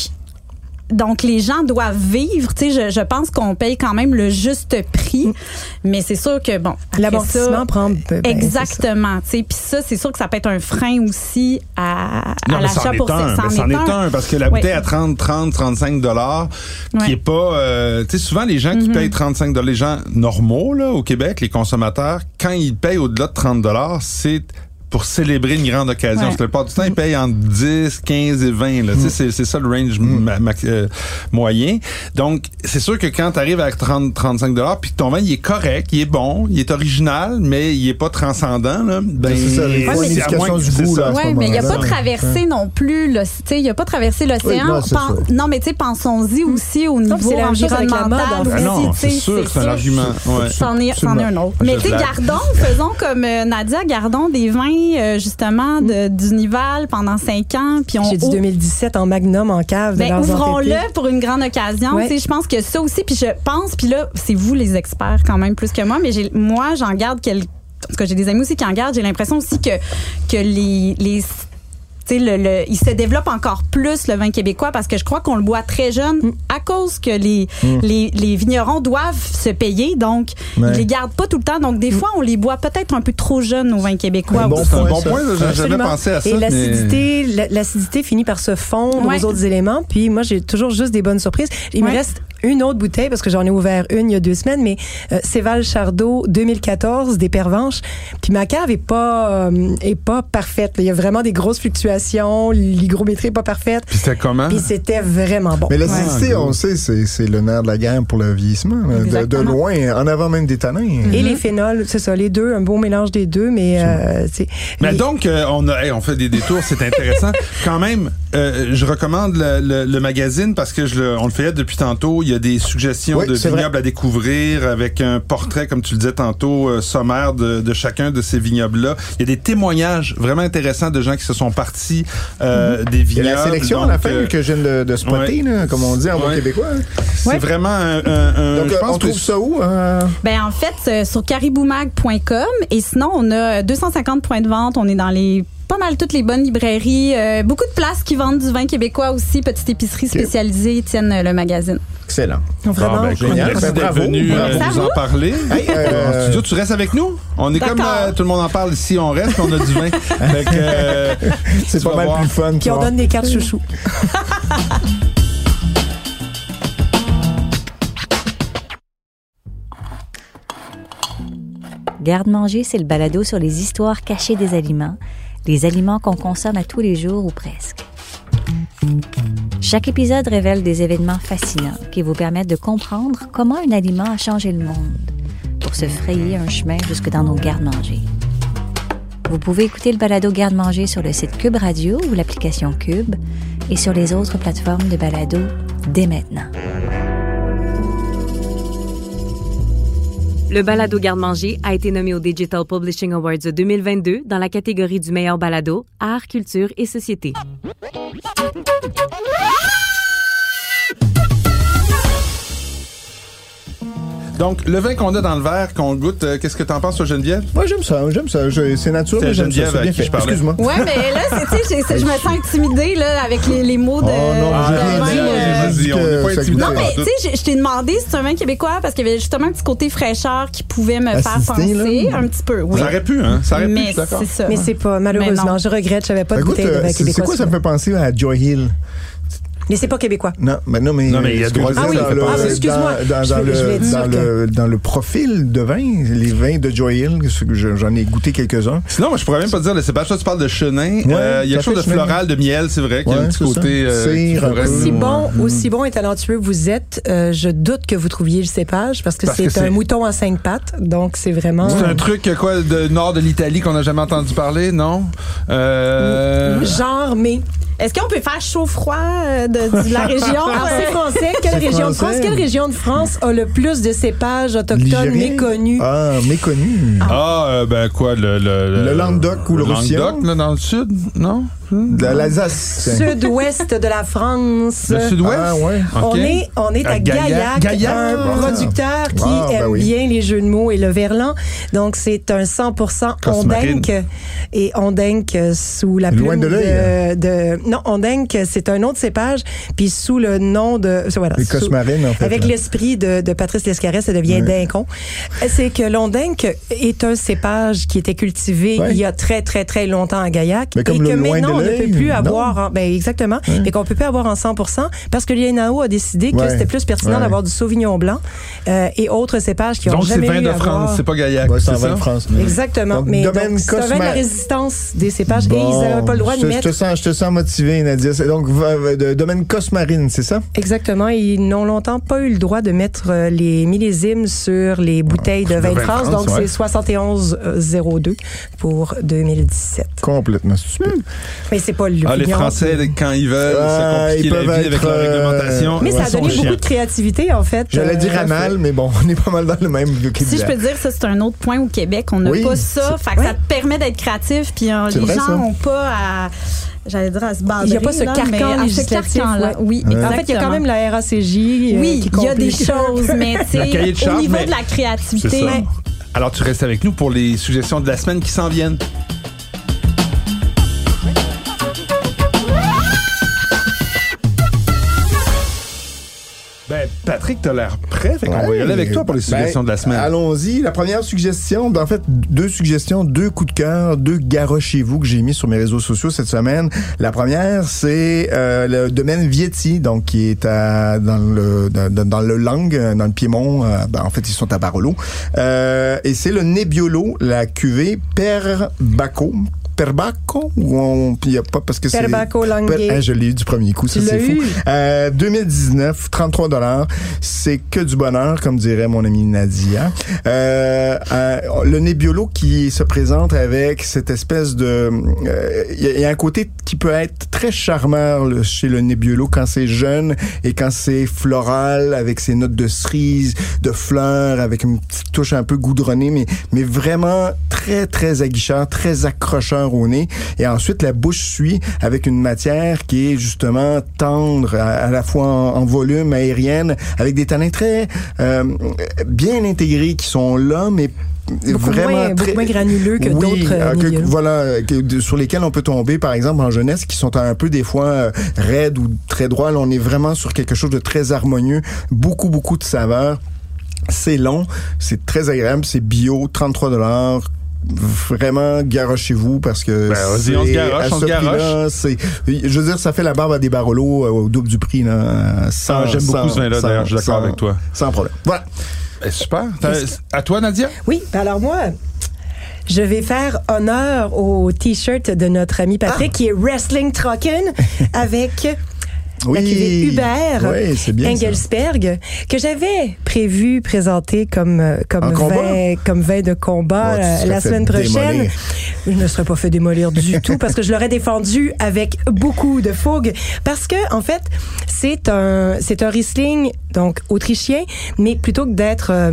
Speaker 5: donc, les gens doivent vivre. Tu sais, je, je pense qu'on paye quand même le juste prix, mais c'est sûr que, bon, après
Speaker 4: L'amortissement
Speaker 5: ça,
Speaker 4: prend. ben, c'est ça.
Speaker 5: Exactement. Tu sais, puis ça, c'est sûr que ça peut être un frein aussi à, à l'achat pour
Speaker 2: un, mais
Speaker 5: ça en
Speaker 2: c'en est
Speaker 5: un.
Speaker 2: un, parce que la
Speaker 5: Ouais.
Speaker 2: bouteille à 30, 30, 35 dollars,
Speaker 5: Ouais.
Speaker 2: qui est pas, euh, tu sais, souvent les gens qui payent 35 dollars, les gens normaux, là, au Québec, les consommateurs, quand ils payent au-delà de 30 dollars, c'est pour célébrer une grande occasion.
Speaker 5: Ouais.
Speaker 2: Parce que la plupart du temps, ils payent entre 10, 15 et 20. Là. Tu sais, C'est, c'est ça le range ma- ma- euh, moyen. Donc, c'est sûr que quand tu arrives à 30, 35 dollars, puis que ton vin, il est correct, il est bon, il est original, mais il est pas transcendant, là, ben,
Speaker 3: C'est ça, les
Speaker 5: fois,
Speaker 2: c'est à moins
Speaker 3: l'indication
Speaker 2: que-
Speaker 3: du
Speaker 2: c'est
Speaker 3: goût,
Speaker 2: ça.
Speaker 3: là. à ce
Speaker 5: Oui, mais il a pas
Speaker 3: moment-là.
Speaker 5: traversé non plus, le- tu sais, il a pas traversé l'océan.
Speaker 3: Oui, non, c'est
Speaker 5: Pen-
Speaker 3: ça.
Speaker 5: non, mais tu sais, pensons-y aussi au
Speaker 4: Non,
Speaker 5: niveau
Speaker 4: puis c'est la même chose avec la mode,
Speaker 5: environnemental.
Speaker 4: en fait.
Speaker 2: Ah
Speaker 5: aussi,
Speaker 2: non,
Speaker 5: tu
Speaker 2: c'est
Speaker 5: sais,
Speaker 2: sûr que c'est un argument. Ouais.
Speaker 5: C'en est, c'en est un autre.
Speaker 2: Je
Speaker 5: Mais tu sais,
Speaker 2: blague.
Speaker 5: gardons, faisons comme euh, Nadia, gardons des vins euh, justement de, du Nival pendant cinq ans, puis on
Speaker 4: J'ai du
Speaker 5: ouvre-
Speaker 4: 2017 en magnum, en cave. de
Speaker 5: ben,
Speaker 4: leurs
Speaker 5: ouvrons-le
Speaker 4: entêtés.
Speaker 5: pour une grande occasion.
Speaker 4: Ouais.
Speaker 5: Tu sais, Je pense que ça aussi, puis je pense, puis là, c'est vous les experts quand même plus que moi, mais j'ai- moi, j'en garde quelques... En tout cas, j'ai des amis aussi qui en gardent. J'ai l'impression aussi que, que les... les tu sais, le, le- il se développe encore plus le vin québécois parce que je crois qu'on le boit très jeune
Speaker 4: Mm.
Speaker 5: à cause que les, les, les vignerons doivent se payer. Donc,
Speaker 3: Ouais.
Speaker 5: ils les gardent pas tout le temps. Donc, des
Speaker 4: Mm.
Speaker 5: fois, on les boit peut-être un peu trop jeunes au vin
Speaker 4: Ben,
Speaker 5: québécois.
Speaker 3: Un bon
Speaker 5: aussi.
Speaker 2: C'est un
Speaker 3: Ouais,
Speaker 2: bon
Speaker 3: ça.
Speaker 2: point, là, j'avais jamais
Speaker 4: Absolument.
Speaker 2: pensé à ça.
Speaker 4: Et
Speaker 2: mais-
Speaker 4: l'acidité, la- l'acidité finit par se fondre
Speaker 5: Ouais.
Speaker 4: aux autres éléments. Puis moi, j'ai toujours juste des bonnes surprises. Il
Speaker 5: Ouais.
Speaker 4: me reste une autre bouteille parce que j'en ai ouvert une il y a deux semaines, mais euh, Céval Chardot 2014 des Pervenches. Puis ma cave est pas euh, est pas parfaite. Il y a vraiment des grosses fluctuations. L'hygrométrie est pas parfaite.
Speaker 2: Puis c'était comment?
Speaker 4: Puis c'était vraiment bon.
Speaker 3: Mais l'acidité,
Speaker 2: Ouais.
Speaker 3: on le sait, c'est c'est le nerf de la guerre pour le vieillissement. là. De, de
Speaker 5: Exactement.
Speaker 3: loin, en avant même des tanins.
Speaker 4: Et les phénols, c'est ça, les deux, un bon mélange des deux, mais euh, c'est.
Speaker 2: Mais
Speaker 4: les-
Speaker 2: donc, euh, on, a, hey, on fait des détours, c'est intéressant. Quand même, euh, je recommande le, le- le magazine parce que je le, on le fait depuis tantôt. Il y a des suggestions
Speaker 3: Oui,
Speaker 2: de
Speaker 3: c'est vrai.
Speaker 2: vignobles à découvrir avec un portrait, comme tu le disais tantôt, euh, sommaire de, de chacun de ces vignobles-là. Il y a des témoignages vraiment intéressants de gens qui se sont partis euh, des
Speaker 3: Mhm. Il y a
Speaker 2: vignobles.
Speaker 3: la sélection à
Speaker 2: Donc,
Speaker 3: la fin
Speaker 2: euh,
Speaker 3: que je viens de, de spotter, là, comme on dit en bon
Speaker 2: Ouais.
Speaker 3: québécois.
Speaker 2: C'est
Speaker 5: Ouais.
Speaker 2: vraiment un... un- un-
Speaker 3: Donc,
Speaker 2: je
Speaker 3: euh,
Speaker 2: pense
Speaker 3: on trouve
Speaker 2: que-
Speaker 3: ça où? hein?
Speaker 5: Ben en fait, euh, sur cariboumag.com et sinon on a euh, 250 points de vente. On est dans les pas mal toutes les bonnes librairies, euh, beaucoup de places qui vendent du vin québécois aussi, petite épicerie spécialisée, tiennent euh, le magazine.
Speaker 3: Excellent.
Speaker 4: vraiment.
Speaker 2: Bon, ben, écoute,
Speaker 3: Génial.
Speaker 2: merci
Speaker 3: Ben,
Speaker 2: d'être
Speaker 3: bravo,
Speaker 2: venu
Speaker 3: bravo.
Speaker 2: euh,
Speaker 5: Merci à
Speaker 2: nous en parler.
Speaker 3: Hey, euh,
Speaker 2: En studio, tu restes avec nous? On est
Speaker 5: D'accord.
Speaker 2: comme euh, tout le monde en parle ici, on reste, on a du vin. Fait que, euh,
Speaker 3: C'est
Speaker 2: tu
Speaker 3: pas
Speaker 2: vas
Speaker 3: mal
Speaker 2: voir.
Speaker 3: plus fun. tu
Speaker 4: Puis on
Speaker 3: vois.
Speaker 4: donne des cartes chouchou.
Speaker 1: Garde-manger, c'est le balado sur les histoires cachées des aliments, les aliments qu'on consomme à tous les jours ou presque. Chaque épisode révèle des événements fascinants qui vous permettent de comprendre comment un aliment a changé le monde pour se frayer un chemin jusque dans nos garde-manger. Vous pouvez écouter le balado Garde-manger sur le site Cube Radio ou l'application Cube et sur les autres plateformes de balado dès maintenant.
Speaker 6: Le balado Garde-manger a été nommé aux Digital Publishing Awards 2022 dans la catégorie du meilleur balado, art, culture et société.
Speaker 2: Donc, le vin qu'on a dans le verre, qu'on goûte, euh, qu'est-ce que t'en penses, toi, Geneviève?
Speaker 3: Moi, j'aime ça. J'aime ça. Je- c'est nature,
Speaker 2: C'est
Speaker 3: mais j'aime ça.
Speaker 2: Geneviève
Speaker 3: C'est
Speaker 2: à
Speaker 3: bien
Speaker 2: qui
Speaker 3: fait.
Speaker 2: je parlais.
Speaker 3: Excuse-moi.
Speaker 5: Ouais, mais là, c'est, tu sais, c'est- c'est- je me sens intimidée là, avec les, les mots de.
Speaker 3: Oh non,
Speaker 2: Ah,
Speaker 3: j'ai
Speaker 5: de
Speaker 3: rien
Speaker 5: vin,
Speaker 3: dit,
Speaker 5: euh,
Speaker 3: j'ai
Speaker 2: vas-y,
Speaker 3: dit
Speaker 2: on
Speaker 3: que
Speaker 2: n'est pas
Speaker 3: ça euh,
Speaker 2: intimidé.
Speaker 3: goûtait.
Speaker 5: Non, mais tu sais, je, je t'ai demandé si c'est un vin québécois parce qu'il y avait justement un petit côté fraîcheur qui pouvait me faire
Speaker 3: Acidité,
Speaker 5: penser
Speaker 3: là.
Speaker 5: un petit peu. Oui.
Speaker 2: Ça aurait pu, hein? Ça aurait pu, je
Speaker 5: mais
Speaker 2: suis d'accord.
Speaker 5: c'est ça.
Speaker 4: Mais c'est pas,
Speaker 5: Mais
Speaker 4: malheureusement,
Speaker 5: non.
Speaker 4: je regrette, j'avais pas
Speaker 3: Bah,
Speaker 4: de
Speaker 3: écoute,
Speaker 4: bouteille de
Speaker 3: euh,
Speaker 4: vin
Speaker 3: c'est c'est
Speaker 4: québécois.
Speaker 3: quoi
Speaker 4: sur
Speaker 3: ça me fait penser à Joy Hill?
Speaker 4: Mais c'est pas québécois.
Speaker 3: Non, mais non, mais.
Speaker 2: Non, mais il y a
Speaker 3: excuse-moi,
Speaker 2: Joy Hill,
Speaker 3: dans
Speaker 4: Ah
Speaker 2: ça fait
Speaker 3: le-
Speaker 2: penser-
Speaker 3: dans-
Speaker 4: Excuse-moi,
Speaker 3: Dans,
Speaker 4: je
Speaker 3: dans
Speaker 4: vais- je vais
Speaker 3: le,
Speaker 4: dire
Speaker 3: dans, le, dans le profil de vin, les vins de Joy Hill, ce que je- j'en ai goûté quelques-uns.
Speaker 2: Sinon, moi, je pourrais même pas te dire, là, Sébastien, tu parles de chenin.
Speaker 3: Ouais,
Speaker 2: Euh, il y a quelque
Speaker 3: café
Speaker 2: chose de
Speaker 3: chenin.
Speaker 2: floral, de miel, c'est vrai, qu'il y a
Speaker 3: Ouais,
Speaker 2: un petit
Speaker 3: c'est ça.
Speaker 2: côté. euh, qui
Speaker 3: Cire, un
Speaker 2: pourrait-
Speaker 3: peu.
Speaker 4: Aussi
Speaker 3: Mm.
Speaker 4: bon, aussi bon et talentueux vous êtes, euh, je doute que vous trouviez le cépage parce que
Speaker 2: Parce que
Speaker 4: c'est
Speaker 2: c'est-
Speaker 4: un mouton en cinq pattes, donc c'est vraiment.
Speaker 2: C'est un truc, euh, quoi, de nord de l'Italie qu'on n'a jamais entendu parler, non? Euh,
Speaker 4: Genre, mais.
Speaker 5: Est-ce qu'on peut faire chaud-froid euh, de, de la région?
Speaker 4: Alors, c'est
Speaker 5: Euh,
Speaker 4: français. Quelle
Speaker 3: C'est
Speaker 4: région de France?
Speaker 3: français.
Speaker 4: Quelle région de France a le plus de cépages autochtones
Speaker 3: Ligérien.
Speaker 4: méconnus?
Speaker 3: Ah, méconnu.
Speaker 2: Ah, euh, ben quoi, le. Le,
Speaker 3: Le Languedoc ou le Roussillon?
Speaker 2: Languedoc, là, dans le sud, non? Hmm?
Speaker 3: De L'Alsace. tiens.
Speaker 4: Sud-ouest de la France.
Speaker 2: Le sud-ouest?
Speaker 3: Ah, ouais.
Speaker 2: Euh, OK.
Speaker 4: On est, on est
Speaker 3: Euh,
Speaker 4: à,
Speaker 2: À Gaillac.
Speaker 4: Gaillac,
Speaker 2: Gaillac.
Speaker 4: un
Speaker 2: Ah.
Speaker 4: producteur qui
Speaker 3: Ah, ben
Speaker 4: aime
Speaker 3: oui.
Speaker 4: bien les jeux de mots et le verlan. Donc, c'est un 100%
Speaker 2: Cosmarine.
Speaker 4: ondenk. Et ondenk euh, sous la
Speaker 3: Loin
Speaker 4: plume
Speaker 3: de l'œil.
Speaker 4: de- Non, ondenk, c'est un nom de cépage. Puis sous le nom de... Voilà,
Speaker 3: Les
Speaker 4: sous-
Speaker 3: Cosmarines, en fait.
Speaker 4: Avec
Speaker 3: là.
Speaker 4: l'esprit de, de Patrice Lescaret, ça devient dincon. C'est que l'ondenk est un cépage qui était cultivé
Speaker 3: Ouais.
Speaker 4: il y a très, très, très longtemps à Gaillac.
Speaker 3: Mais comme
Speaker 4: et
Speaker 3: le
Speaker 4: que
Speaker 3: loin
Speaker 4: maintenant, on
Speaker 3: de
Speaker 4: ne peut
Speaker 3: l'œil,
Speaker 4: plus
Speaker 3: non.
Speaker 4: avoir... en- ben, exactement. Et qu'on ne peut plus avoir en 100 parce que l'INAO a décidé que
Speaker 3: Ouais.
Speaker 4: c'était plus pertinent
Speaker 3: Ouais.
Speaker 4: d'avoir du Sauvignon blanc euh, et autres cépages qui n'ont
Speaker 2: Donc, c'est
Speaker 4: jamais
Speaker 2: vin
Speaker 4: eu
Speaker 2: de
Speaker 4: à
Speaker 2: France,
Speaker 4: voir.
Speaker 2: c'est pas Gaillac.
Speaker 3: Ouais, c'est en
Speaker 2: c'est
Speaker 3: vin
Speaker 2: ça?
Speaker 3: de France.
Speaker 4: Exactement.
Speaker 3: Donc,
Speaker 4: mais donc,
Speaker 3: domaine
Speaker 4: c'est un vin de
Speaker 3: Cosma-
Speaker 4: la résistance des cépages
Speaker 3: Bon,
Speaker 4: et ils n'avaient pas le droit de
Speaker 3: je-
Speaker 4: mettre...
Speaker 3: Je te sens, je te sens motivé, Nadia. C'est Donc, va- va- de domaine Cosmarine, c'est ça?
Speaker 4: Exactement. Ils n'ont longtemps pas eu le droit de mettre euh, les millésimes sur les
Speaker 3: Ah,
Speaker 4: bouteilles de vin de France.
Speaker 2: France,
Speaker 4: Donc,
Speaker 2: ouais.
Speaker 4: c'est 71,02 pour 2017.
Speaker 3: Complètement stupide.
Speaker 4: Hmm. Mais c'est pas le
Speaker 2: Ah, les
Speaker 4: vigneron.
Speaker 2: Français, quand ils veulent,
Speaker 3: Ah,
Speaker 2: se compliquer
Speaker 3: ils
Speaker 2: la
Speaker 3: peuvent
Speaker 2: vie avec
Speaker 3: être,
Speaker 2: la
Speaker 3: euh,
Speaker 2: réglementation.
Speaker 4: Mais
Speaker 2: ils
Speaker 4: ça a
Speaker 2: sont
Speaker 4: donné
Speaker 2: chiants.
Speaker 4: beaucoup de créativité, en fait.
Speaker 3: J'allais
Speaker 4: Euh,
Speaker 3: dire anal, mais bon, on est pas mal dans le même que
Speaker 5: Si je peux te dire, ça, c'est un autre point au Québec. On n'a
Speaker 3: Oui,
Speaker 5: pas ça. Fait que ça te permet d'être créatif. Puis euh,
Speaker 3: C'est
Speaker 5: les
Speaker 3: vrai,
Speaker 5: gens
Speaker 3: ça.
Speaker 5: n'ont pas à. J'allais dire à se bander.
Speaker 4: Il n'y a pas ce
Speaker 5: là, mais
Speaker 4: carcan
Speaker 5: à ce
Speaker 4: législatif.
Speaker 5: carcan-là.
Speaker 4: ouais.
Speaker 5: Oui,
Speaker 4: En fait, il y a
Speaker 5: exactement.
Speaker 4: quand même la RACJ. euh,
Speaker 5: Oui,
Speaker 4: qui
Speaker 5: il y a des
Speaker 4: complique.
Speaker 5: choses, mais tu
Speaker 2: Le cahier de
Speaker 5: sais, au
Speaker 2: charge,
Speaker 5: niveau
Speaker 2: mais-
Speaker 5: de la
Speaker 2: C'est
Speaker 5: créativité,
Speaker 2: ça. Alors, tu restes avec nous pour les suggestions de la semaine qui s'en viennent. Ben, Patrick, t'as l'air prêt. Fait qu'on va y aller avec toi pour les suggestions de la semaine.
Speaker 3: Ben, Allons-y. La première suggestion, ben, en fait, deux suggestions, deux coups de cœur, deux garoches chez vous que j'ai mis sur mes réseaux sociaux cette semaine. La première, c'est euh, le domaine Vietti, donc qui est à, dans le dans, dans- dans le Langue, euh, dans le Piémont. euh, ben, en fait, ils sont à Barolo. Euh, et c'est le Nebbiolo, la cuvée Perbaco. Perbaco ou on puis y a pas parce que c'est
Speaker 4: Perbaco Langue.
Speaker 3: Per- Hein, je l'ai eu du premier coup, ça
Speaker 4: Tu
Speaker 3: c'est
Speaker 4: l'as
Speaker 3: fou.
Speaker 4: eu?
Speaker 3: Euh, 2019, 33 dollars. C'est que du bonheur, comme dirait mon ami Nadia. Euh, euh, le Nebbiolo qui se présente avec cette espèce de... euh, Il y, a un côté qui peut être très charmeur le- chez le Nebbiolo quand c'est jeune et quand c'est floral, avec ses notes de cerise, de fleurs, avec une petite touche un peu goudronnée, mais, mais vraiment très, très aguicheur, très accrocheur au nez. Et ensuite, la bouche suit avec une matière qui est justement tendre, à, à la fois en, en volume, aérienne, avec des tanins très euh, bien intégrés qui sont là, mais
Speaker 4: Beaucoup
Speaker 3: vraiment
Speaker 4: moins- beaucoup
Speaker 3: très
Speaker 4: moins granuleux que
Speaker 3: Oui,
Speaker 4: d'autres, euh,
Speaker 3: euh, que-
Speaker 4: milieux.
Speaker 3: voilà, euh, que- de- sur lesquels on peut tomber, par exemple, en jeunesse, qui sont un peu des fois euh, raides ou très droits. Là, on est vraiment sur quelque chose de très harmonieux, beaucoup, beaucoup de saveurs. C'est long, c'est très agréable, c'est bio, 33 dollars. Vraiment, garochez-vous parce que
Speaker 2: Ben, vas-y, on se
Speaker 3: c'est-
Speaker 2: garoche,
Speaker 3: à
Speaker 2: on
Speaker 3: ce
Speaker 2: se garoche.
Speaker 3: prix-là, c'est- je veux dire, ça fait la barbe à des barolos euh, au double du prix. Là, sans,
Speaker 2: Ah, j'aime beaucoup ce vin-là,
Speaker 3: sans-
Speaker 2: d'ailleurs, je suis d'accord
Speaker 3: sans-
Speaker 2: avec toi.
Speaker 3: Sans problème. Voilà.
Speaker 2: Eh, super. T'as- À toi, Nadia?
Speaker 4: Oui, ben alors moi, je vais faire honneur au T-shirt de notre ami Patrick
Speaker 3: Ah!
Speaker 4: qui est Wrestling Trocken avec
Speaker 3: Oui.
Speaker 4: la cuvée Hubert
Speaker 3: Oui, c'est bien. ça.
Speaker 4: Engelsberg que j'avais prévu présenter comme, euh,
Speaker 3: En
Speaker 4: comme,
Speaker 3: combat?
Speaker 4: vin, comme vin de combat
Speaker 3: Oh, tu
Speaker 4: euh,
Speaker 3: serais
Speaker 4: la
Speaker 3: fait
Speaker 4: semaine prochaine.
Speaker 3: démolir.
Speaker 4: Je ne me serais pas fait démolir du tout parce que je l'aurais défendu avec beaucoup de fougue parce que en fait, c'est un c'est un Riesling donc autrichien mais plutôt que d'être euh,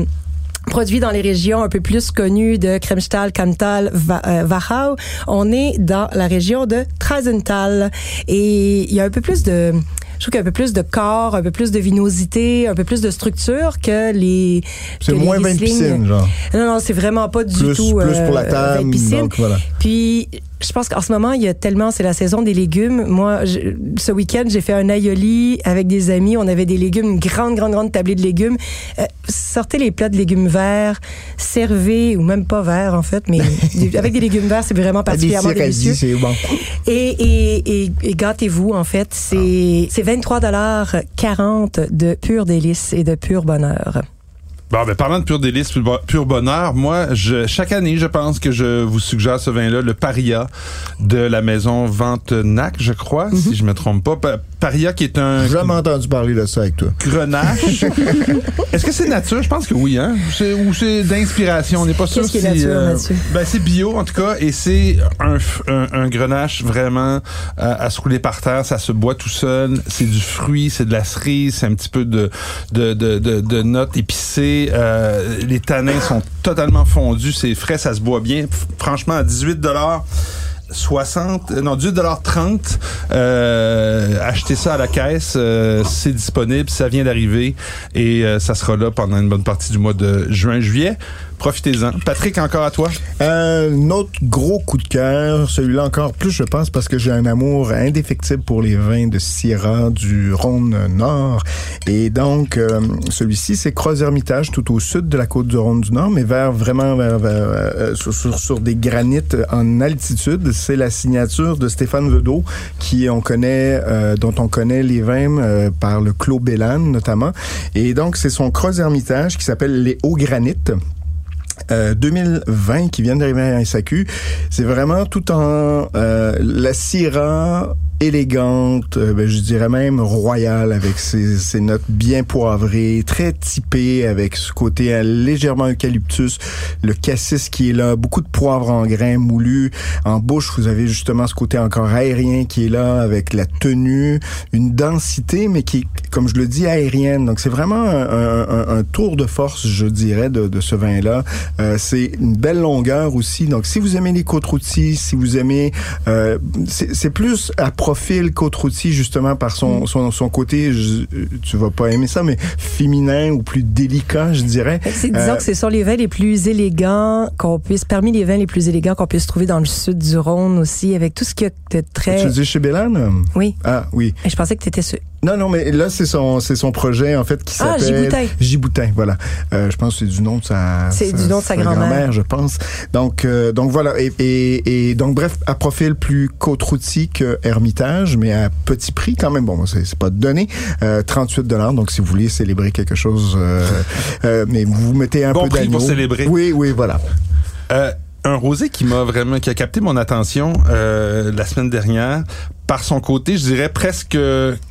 Speaker 4: produit dans les régions un peu plus connues de Kremstal, Kamtal, Va- euh, Wachau, on est dans la région de Trasenthal et il y a un peu plus de Je trouve qu'il y a un peu plus de corps, un peu plus de vinosité, un peu plus de structure que les.
Speaker 3: C'est
Speaker 4: que les
Speaker 3: moins vin de
Speaker 4: Riesling.
Speaker 3: piscine, genre.
Speaker 4: Non, non, c'est vraiment pas du
Speaker 3: Plus-
Speaker 4: tout.
Speaker 3: plus pour la
Speaker 4: euh,
Speaker 3: table,
Speaker 4: vin de piscine.
Speaker 3: donc voilà.
Speaker 4: Puis, je pense qu'en ce moment, il y a tellement, c'est la saison des légumes. Moi, je- ce week-end, j'ai fait un aïoli avec des amis. On avait des légumes, une grande, grande, grande tablée de légumes. Euh, sortez les plats de légumes verts, servez, ou même pas verts, en fait, mais des- avec des légumes verts, c'est vraiment
Speaker 3: Ah, Des
Speaker 4: particulièrement
Speaker 3: cirassis,
Speaker 4: délicieux.
Speaker 3: c'est bon.
Speaker 4: Et, et, et, et gâtez-vous, en fait.
Speaker 3: Ah.
Speaker 4: C'est c'est 23,40 de pur délice et de pur bonheur.
Speaker 2: Bon, ben, parlant de pur délice, pur, bo- pur bonheur, moi, je, chaque année, je pense que je vous suggère ce vin-là, le Paria de la maison Ventenac, je crois, si je me trompe pas. Pa- Paria qui est un
Speaker 3: Jamais entendu parler de ça avec toi.
Speaker 2: grenache. Est-ce que c'est nature? Je pense que oui, hein? C'est- ou c'est d'inspiration, on n'est pas sûr
Speaker 4: Qu'est-ce qui est
Speaker 2: si,
Speaker 4: nature là-dessus?
Speaker 2: ben, c'est bio, en tout cas, et c'est un, f- un, un grenache vraiment euh, à se rouler par terre. Ça se boit tout seul. C'est du fruit, c'est de la cerise, c'est un petit peu de, de, de, de, de notes épicées. Euh, les tanins sont totalement fondus. C'est frais, ça se boit bien. F- franchement, à 18 60, euh, non, 18,30 euh, Achetez ça à la caisse. euh, c'est disponible. Ça vient d'arriver. Et euh, ça sera là pendant une bonne partie du mois de juin-juillet. Profitez-en. Patrick, encore à toi.
Speaker 3: Euh, Un autre gros coup de cœur, celui-là encore plus, je pense, parce que j'ai un amour indéfectible pour les vins de Sierra du Rhône Nord. Et donc, euh, celui-ci, c'est Croix-Hermitage, tout au sud de la côte du Rhône du Nord, mais vers vraiment vers, vers, euh, sur, sur- sur des granites en altitude. C'est la signature de Stéphane Vedeau, qui on connaît, euh, dont on connaît les vins euh, par le Clos Bélan notamment. Et donc, c'est son Croix-Hermitage qui s'appelle les Hauts Granites. Euh, 2020 qui viennent d'arriver à SAQ. C'est vraiment tout en euh, la Syrah élégante, euh, ben, je dirais même royale avec ses, ses notes bien poivrées, très typées avec ce côté euh, légèrement eucalyptus, le cassis qui est là, beaucoup de poivre en grains moulu. En bouche, vous avez justement ce côté encore aérien qui est là avec la tenue, une densité mais qui est, comme je le dis, aérienne. Donc c'est vraiment un, un- un- un tour de force, je dirais, de, de ce vin-là. Euh, c'est une belle longueur aussi. Donc, si vous aimez les côtes rôties, si vous aimez, euh, c'est c'est plus à profil côte rôtie justement par son son, son côté. je- tu vas pas aimer ça, mais féminin ou plus délicat, je dirais.
Speaker 4: C'est, disons
Speaker 3: Euh,
Speaker 4: que ce sont les vins les plus élégants qu'on puisse, parmi les vins les plus élégants qu'on puisse trouver dans le sud du Rhône aussi, avec tout ce qu'il y a de
Speaker 3: Tu
Speaker 4: très.
Speaker 3: le dis chez Bélan?
Speaker 4: Eh. Oui.
Speaker 3: Ah oui.
Speaker 4: Et je pensais que tu étais sûr.
Speaker 3: Non, non, mais là, c'est son, c'est son projet, en fait, qui
Speaker 4: Ah,
Speaker 3: s'appelle...
Speaker 4: Giboutin.
Speaker 3: Giboutin, voilà. Euh, je pense que c'est du nom de sa...
Speaker 4: C'est du nom de sa grand-mère.
Speaker 3: je pense. Donc, euh, donc voilà. Et, et, et donc, bref, à profil plus côte que Hermitage, mais à petit prix quand même. Bon, c'est c'est pas donné. Euh, 38 donc si vous voulez célébrer quelque chose, euh, euh, mais vous mettez un
Speaker 2: Bon
Speaker 3: peu
Speaker 2: prix pour
Speaker 3: d'agneau.
Speaker 2: célébrer.
Speaker 3: Oui, oui, voilà.
Speaker 2: Euh, un rosé qui m'a vraiment, qui a capté mon attention euh, la semaine dernière par son côté, je dirais presque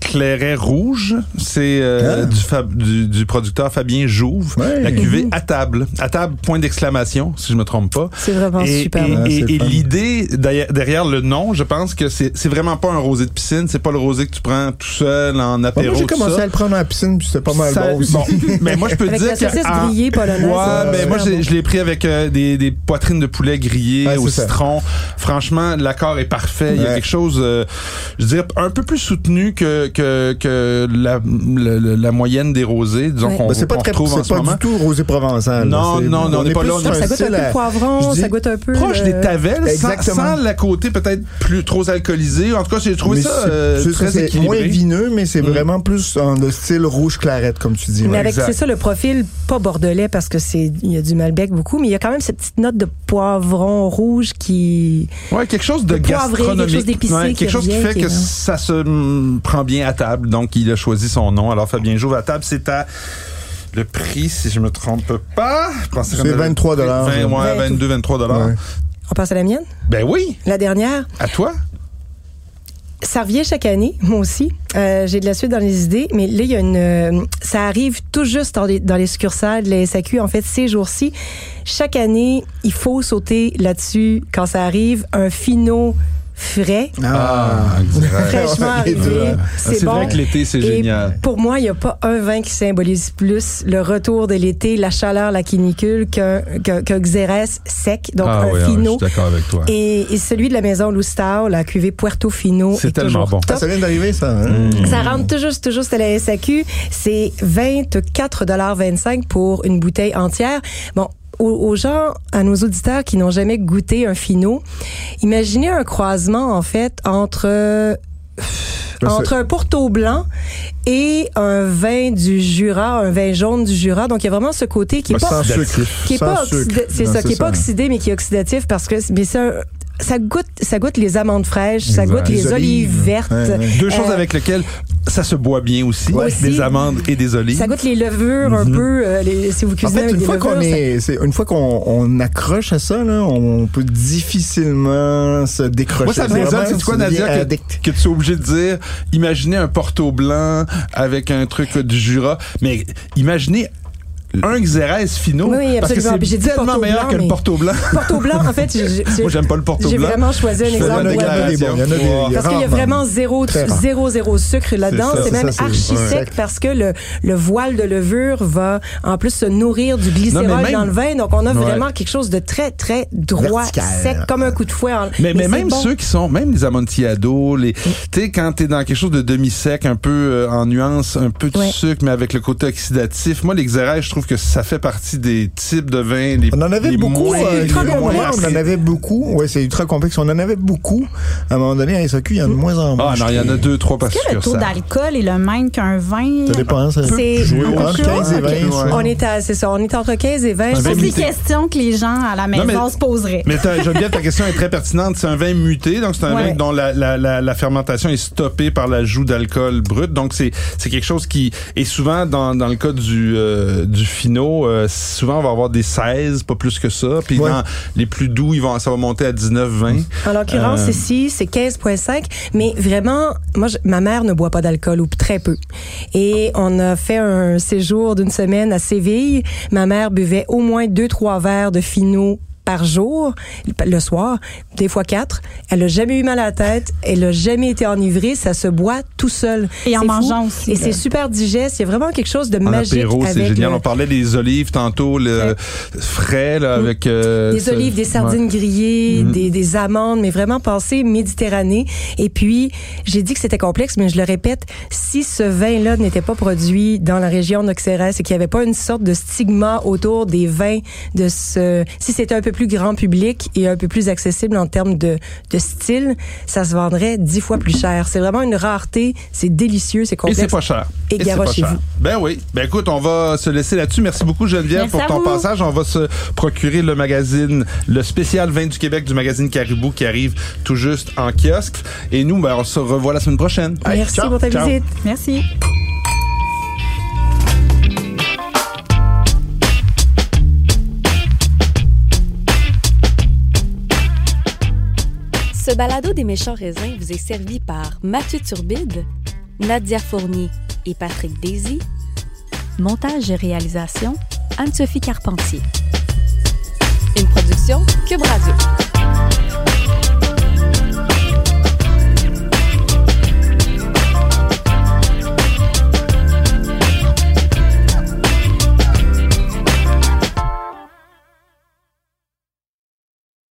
Speaker 2: clairet rouge. C'est euh,
Speaker 3: Ah.
Speaker 2: du, Fab- du, du producteur Fabien Jouve.
Speaker 3: Ouais.
Speaker 2: La cuvée à table, à table point d'exclamation si je me trompe pas.
Speaker 4: C'est vraiment
Speaker 2: et,
Speaker 4: ben, super.
Speaker 2: et- et-
Speaker 3: bon. Ah, c'est
Speaker 2: et
Speaker 3: fun.
Speaker 2: l'idée derrière, derrière le nom, je pense que c'est c'est vraiment pas un rosé de piscine. C'est pas le rosé que tu prends tout seul en
Speaker 3: Bon,
Speaker 2: apéro.
Speaker 3: moi, j'ai
Speaker 2: tout
Speaker 3: commencé
Speaker 2: ça.
Speaker 3: à le prendre à la piscine, puis c'était pas mal
Speaker 2: Ça-
Speaker 3: bon aussi.
Speaker 2: mais moi, je peux
Speaker 4: Avec
Speaker 2: dire
Speaker 4: la saucisse
Speaker 2: qu'en-
Speaker 4: grillée polonaise,
Speaker 2: Ouais,
Speaker 4: c'est
Speaker 2: mais moi,
Speaker 4: super
Speaker 2: je,
Speaker 4: bon.
Speaker 2: je l'ai pris avec euh, des, des poitrines de poulet grillées
Speaker 3: Ouais,
Speaker 2: au
Speaker 3: c'est ça.
Speaker 2: citron. Franchement, l'accord est parfait. Il y a
Speaker 3: Ouais.
Speaker 2: quelque chose, euh, je dirais, un peu plus soutenu que, que, que la, le- le- la moyenne des rosés, disons
Speaker 4: Ouais.
Speaker 2: qu'on
Speaker 3: Ben, c'est pas
Speaker 2: qu'on
Speaker 3: très,
Speaker 2: retrouve en
Speaker 3: c'est
Speaker 2: ce
Speaker 3: pas
Speaker 2: moment.
Speaker 3: du tout rosé provençal. là.
Speaker 2: Non,
Speaker 3: C'est-
Speaker 2: non, non, on n'est pas
Speaker 3: plus
Speaker 2: là, on est-
Speaker 3: sur un
Speaker 4: ça goûte un
Speaker 3: style
Speaker 4: peu
Speaker 3: à-
Speaker 4: de poivron,
Speaker 3: je dis
Speaker 4: ça goûte un peu. euh,
Speaker 2: Proche
Speaker 4: le-
Speaker 2: des tavelles, sans,
Speaker 3: Exactement.
Speaker 2: sans la côté peut-être plus trop alcoolisé. En tout cas, j'ai trouvé
Speaker 3: Mais
Speaker 2: ça
Speaker 3: c'est-
Speaker 2: euh,
Speaker 3: c'est ça,
Speaker 2: très
Speaker 3: c'est
Speaker 2: équilibré.
Speaker 3: moins vineux, mais c'est
Speaker 2: Mm.
Speaker 3: vraiment plus en le style rouge clarette, comme tu dis.
Speaker 4: Mais
Speaker 3: ouais.
Speaker 4: avec,
Speaker 2: Exact.
Speaker 4: c'est ça, le profil, pas bordelais, parce que c'est, il y a du Malbec beaucoup, mais il y a quand même cette petite note de poivron rouge qui,
Speaker 2: Ouais, quelque chose de
Speaker 4: Le poivré, quelque
Speaker 2: gastronomique.
Speaker 4: chose d'épicé
Speaker 2: Ouais, quelque
Speaker 4: qui
Speaker 2: chose qui
Speaker 4: revient,
Speaker 2: fait
Speaker 4: qui
Speaker 2: que
Speaker 4: est vraiment-
Speaker 2: ça se hum, prend bien à table. Donc, il a choisi son nom. Alors, Fabien Jouve à table, c'est à le prix, si je me trompe pas. Je pensais
Speaker 3: C'est
Speaker 2: qu'on avait-
Speaker 3: 23
Speaker 2: 20, ouais, 22, 23 dollars.
Speaker 3: Ouais.
Speaker 4: on passe à la mienne,
Speaker 2: Ben oui,
Speaker 4: la dernière.
Speaker 2: à toi.
Speaker 4: Ça revient chaque année, moi aussi. Euh, J'ai de la suite dans les idées, mais là, il y a une. euh, ça arrive tout juste dans les, dans les succursales de la SAQ, en fait, ces jours-ci. Chaque année, il faut sauter là-dessus quand ça arrive. Un finot frais.
Speaker 2: Ah, exact.
Speaker 4: Fraîchement
Speaker 3: les
Speaker 4: arrivé,
Speaker 3: deux, hein.
Speaker 4: c'est
Speaker 2: C'est
Speaker 4: bon.
Speaker 2: vrai que l'été, c'est
Speaker 4: Et
Speaker 2: génial.
Speaker 4: Pour moi, il n'y a pas un vin qui symbolise plus le retour de l'été, la chaleur, la canicule qu'un qu'un- qu'un Xérès sec, donc
Speaker 2: ah, oui,
Speaker 4: un
Speaker 2: ah, je
Speaker 4: Fino.
Speaker 2: suis d'accord avec toi.
Speaker 4: et, et celui de la maison Loustau, la cuvée Puerto Fino.
Speaker 2: C'est
Speaker 4: est
Speaker 2: tellement
Speaker 4: toujours
Speaker 2: bon.
Speaker 4: top.
Speaker 3: Ah, Ça vient d'arriver, ça. hein?
Speaker 2: Mm.
Speaker 4: Ça rentre toujours, toujours, c'est la SAQ. C'est 24,25 pour une bouteille entière. Bon, aux, aux gens, à nos auditeurs qui n'ont jamais goûté un finot, imaginez un croisement, en fait, entre... euh,
Speaker 3: Ben,
Speaker 4: Entre un porto blanc et un vin du Jura, un vin jaune du Jura. Donc, il y a vraiment ce côté qui est
Speaker 3: Ben,
Speaker 4: pas
Speaker 3: Sans sucre.
Speaker 4: qui est
Speaker 3: Sans
Speaker 4: pas
Speaker 3: sucre.
Speaker 4: oxydé, c'est
Speaker 3: Non,
Speaker 4: ça, qui est pas oxydé mais qui est oxydatif parce que mais ça ça goûte ça goûte les amandes fraîches, ça
Speaker 2: Exact.
Speaker 4: goûte les,
Speaker 3: Les
Speaker 4: olives,
Speaker 3: olives.
Speaker 4: vertes,
Speaker 3: Ouais, ouais.
Speaker 2: Deux
Speaker 4: euh,
Speaker 2: choses avec lesquelles ça se boit bien aussi,
Speaker 4: Ouais.
Speaker 2: des
Speaker 4: Aussi.
Speaker 2: amandes et des olives.
Speaker 4: ça goûte les levures un peu euh, les- si vous
Speaker 3: En
Speaker 4: cuisinez
Speaker 3: fait,
Speaker 4: avec
Speaker 3: une
Speaker 4: des
Speaker 3: fois
Speaker 4: levures.
Speaker 3: qu'on
Speaker 4: ça-
Speaker 3: est, c'est- une fois qu'on on accroche à ça, là, on peut difficilement se décrocher.
Speaker 2: Moi, ça me
Speaker 3: Vraiment,
Speaker 2: résonne, c'est quoi,
Speaker 3: tu deviens
Speaker 2: Nadia, que,
Speaker 3: addict.
Speaker 2: que tu es obligé de dire, imaginez un porto blanc avec un truc du Jura, mais imaginez un Xérès Fino,
Speaker 4: Oui, oui,
Speaker 2: parce que
Speaker 4: absolument. Puis j'ai
Speaker 2: c'est
Speaker 4: dit
Speaker 2: tellement
Speaker 4: Porto
Speaker 2: meilleur
Speaker 4: blanc,
Speaker 2: que le
Speaker 4: mais-
Speaker 2: porto blanc.
Speaker 4: Porto blanc en fait, j'ai- j'ai- j'ai-
Speaker 2: Moi, j'aime pas le porto
Speaker 4: j'ai
Speaker 2: blanc.
Speaker 4: vraiment choisi un
Speaker 2: Je fais
Speaker 4: exemple
Speaker 2: la
Speaker 4: où-
Speaker 3: il y en a des bons, il y en a des- il y a
Speaker 4: Parce qu'il y a
Speaker 3: rarement.
Speaker 4: vraiment zéro,
Speaker 3: Très rare.
Speaker 4: zéro, zéro sucre là-dedans.
Speaker 2: C'est ça,
Speaker 4: C'est
Speaker 2: c'est
Speaker 3: ça,
Speaker 4: même
Speaker 3: c'est-
Speaker 4: archi
Speaker 3: ouais.
Speaker 4: sec parce que le, le voile de levure va en plus se nourrir du glycérol
Speaker 2: Non, mais même-
Speaker 4: dans le vin. Donc, on a
Speaker 2: Ouais.
Speaker 4: vraiment quelque chose de très, très droit,
Speaker 3: Vertical.
Speaker 4: sec, comme un coup de fouet. en-
Speaker 2: Mais, mais,
Speaker 4: c'est
Speaker 2: même
Speaker 4: bon. Mm.
Speaker 2: ceux qui sont, même les amontillado, les, tu sais, quand t'es dans quelque chose de demi-sec, un peu euh, en nuance, un peu de
Speaker 4: Ouais.
Speaker 2: sucre, mais avec le côté oxydatif. Moi, les xérès, je trouve que ça fait partie des types de vins les
Speaker 3: On en avait
Speaker 2: les
Speaker 3: beaucoup.
Speaker 2: moins-
Speaker 3: euh,
Speaker 2: les
Speaker 3: ultra
Speaker 2: moins
Speaker 3: complexe. on en avait beaucoup. Ouais, c'est ultra complexe. On en avait beaucoup. À un moment donné, à SAQ, il y en a de moins en moins.
Speaker 2: Ah, non, il y en a deux, trois par
Speaker 5: Est-ce que le taux
Speaker 2: succursale.
Speaker 5: d'alcool est le même qu'un vin?
Speaker 3: Ça dépend, hein, ça
Speaker 4: C'est-
Speaker 3: jouer
Speaker 4: on
Speaker 3: entre
Speaker 4: peut-
Speaker 3: 15 et 20.
Speaker 4: ok.
Speaker 3: souvent.
Speaker 4: On est à, c'est ça, on est entre 15 et 20.
Speaker 3: Un
Speaker 4: Je
Speaker 5: C'est
Speaker 4: pense
Speaker 3: vin
Speaker 5: des
Speaker 3: muté.
Speaker 5: questions que les gens à la maison
Speaker 2: mais-
Speaker 5: se poseraient.
Speaker 2: Mais t'as- Geneviève, ta question est très pertinente. C'est un vin muté, donc c'est un
Speaker 4: Ouais.
Speaker 2: vin dont la, la, la, la fermentation est stoppée par l'ajout d'alcool brut. Donc c'est c'est quelque chose qui est souvent dans, dans le cas du euh, du finot, euh, souvent on va avoir des 16, pas plus que ça. Puis
Speaker 3: Ouais.
Speaker 2: dans les plus doux, ils vont ça va monter à 19, 20.
Speaker 4: En l'occurrence,
Speaker 2: Euh,
Speaker 4: ici, c'est 15,5. Mais vraiment, moi, je- ma mère ne boit pas d'alcool ou très peu. Et on a fait un séjour d'une semaine à Séville. Ma mère buvait au moins deux, trois verres de finot par jour, le soir, des fois quatre. Elle n'a jamais eu mal à la tête. Elle n'a jamais été enivrée. Ça se boit tout seul.
Speaker 5: Et en
Speaker 4: C'est fou.
Speaker 5: mangeant aussi,
Speaker 4: Et
Speaker 5: là.
Speaker 4: c'est super digeste. Il y a vraiment quelque chose de
Speaker 2: En
Speaker 4: magique.
Speaker 2: apéro, c'est
Speaker 4: avec euh,
Speaker 2: génial.
Speaker 4: le-
Speaker 2: On parlait des olives tantôt, le frais là, avec euh,
Speaker 4: Mm.
Speaker 2: Mhm.
Speaker 4: des
Speaker 2: ce-
Speaker 4: olives, des sardines grillées, des, des amandes, mais vraiment penser Méditerranée. Et puis, j'ai dit que c'était complexe, mais je le répète, si ce vin-là n'était pas produit dans la région d'Auxerre et qu'il n'y avait pas une sorte de stigma autour des vins de ce... Si c'était un peu plus grand public et un peu plus accessible en termes de, de style, ça se vendrait dix fois plus cher. C'est vraiment une rareté, c'est délicieux, c'est
Speaker 2: Et
Speaker 4: complexe.
Speaker 2: c'est pas cher.
Speaker 4: Et
Speaker 2: c'est pas
Speaker 4: garochez-vous.
Speaker 2: cher. Ben oui. Ben écoute, on va se laisser là-dessus. Merci beaucoup, Geneviève,
Speaker 5: Merci
Speaker 2: pour
Speaker 5: à
Speaker 2: ton
Speaker 5: vous.
Speaker 2: passage. On va se procurer le magazine, le spécial vin du Québec du magazine Caribou qui arrive tout juste en kiosque. Et nous, ben, on se revoit la semaine prochaine.
Speaker 4: Merci
Speaker 2: Ciao.
Speaker 4: pour ta
Speaker 2: Ciao.
Speaker 4: visite.
Speaker 5: Merci.
Speaker 6: Ce balado des méchants raisins vous est servi par Mathieu Turbide, Nadia Fournier et Patrick Daisy.
Speaker 1: Montage et réalisation,
Speaker 6: Anne-Sophie Carpentier. Une production Cube Radio.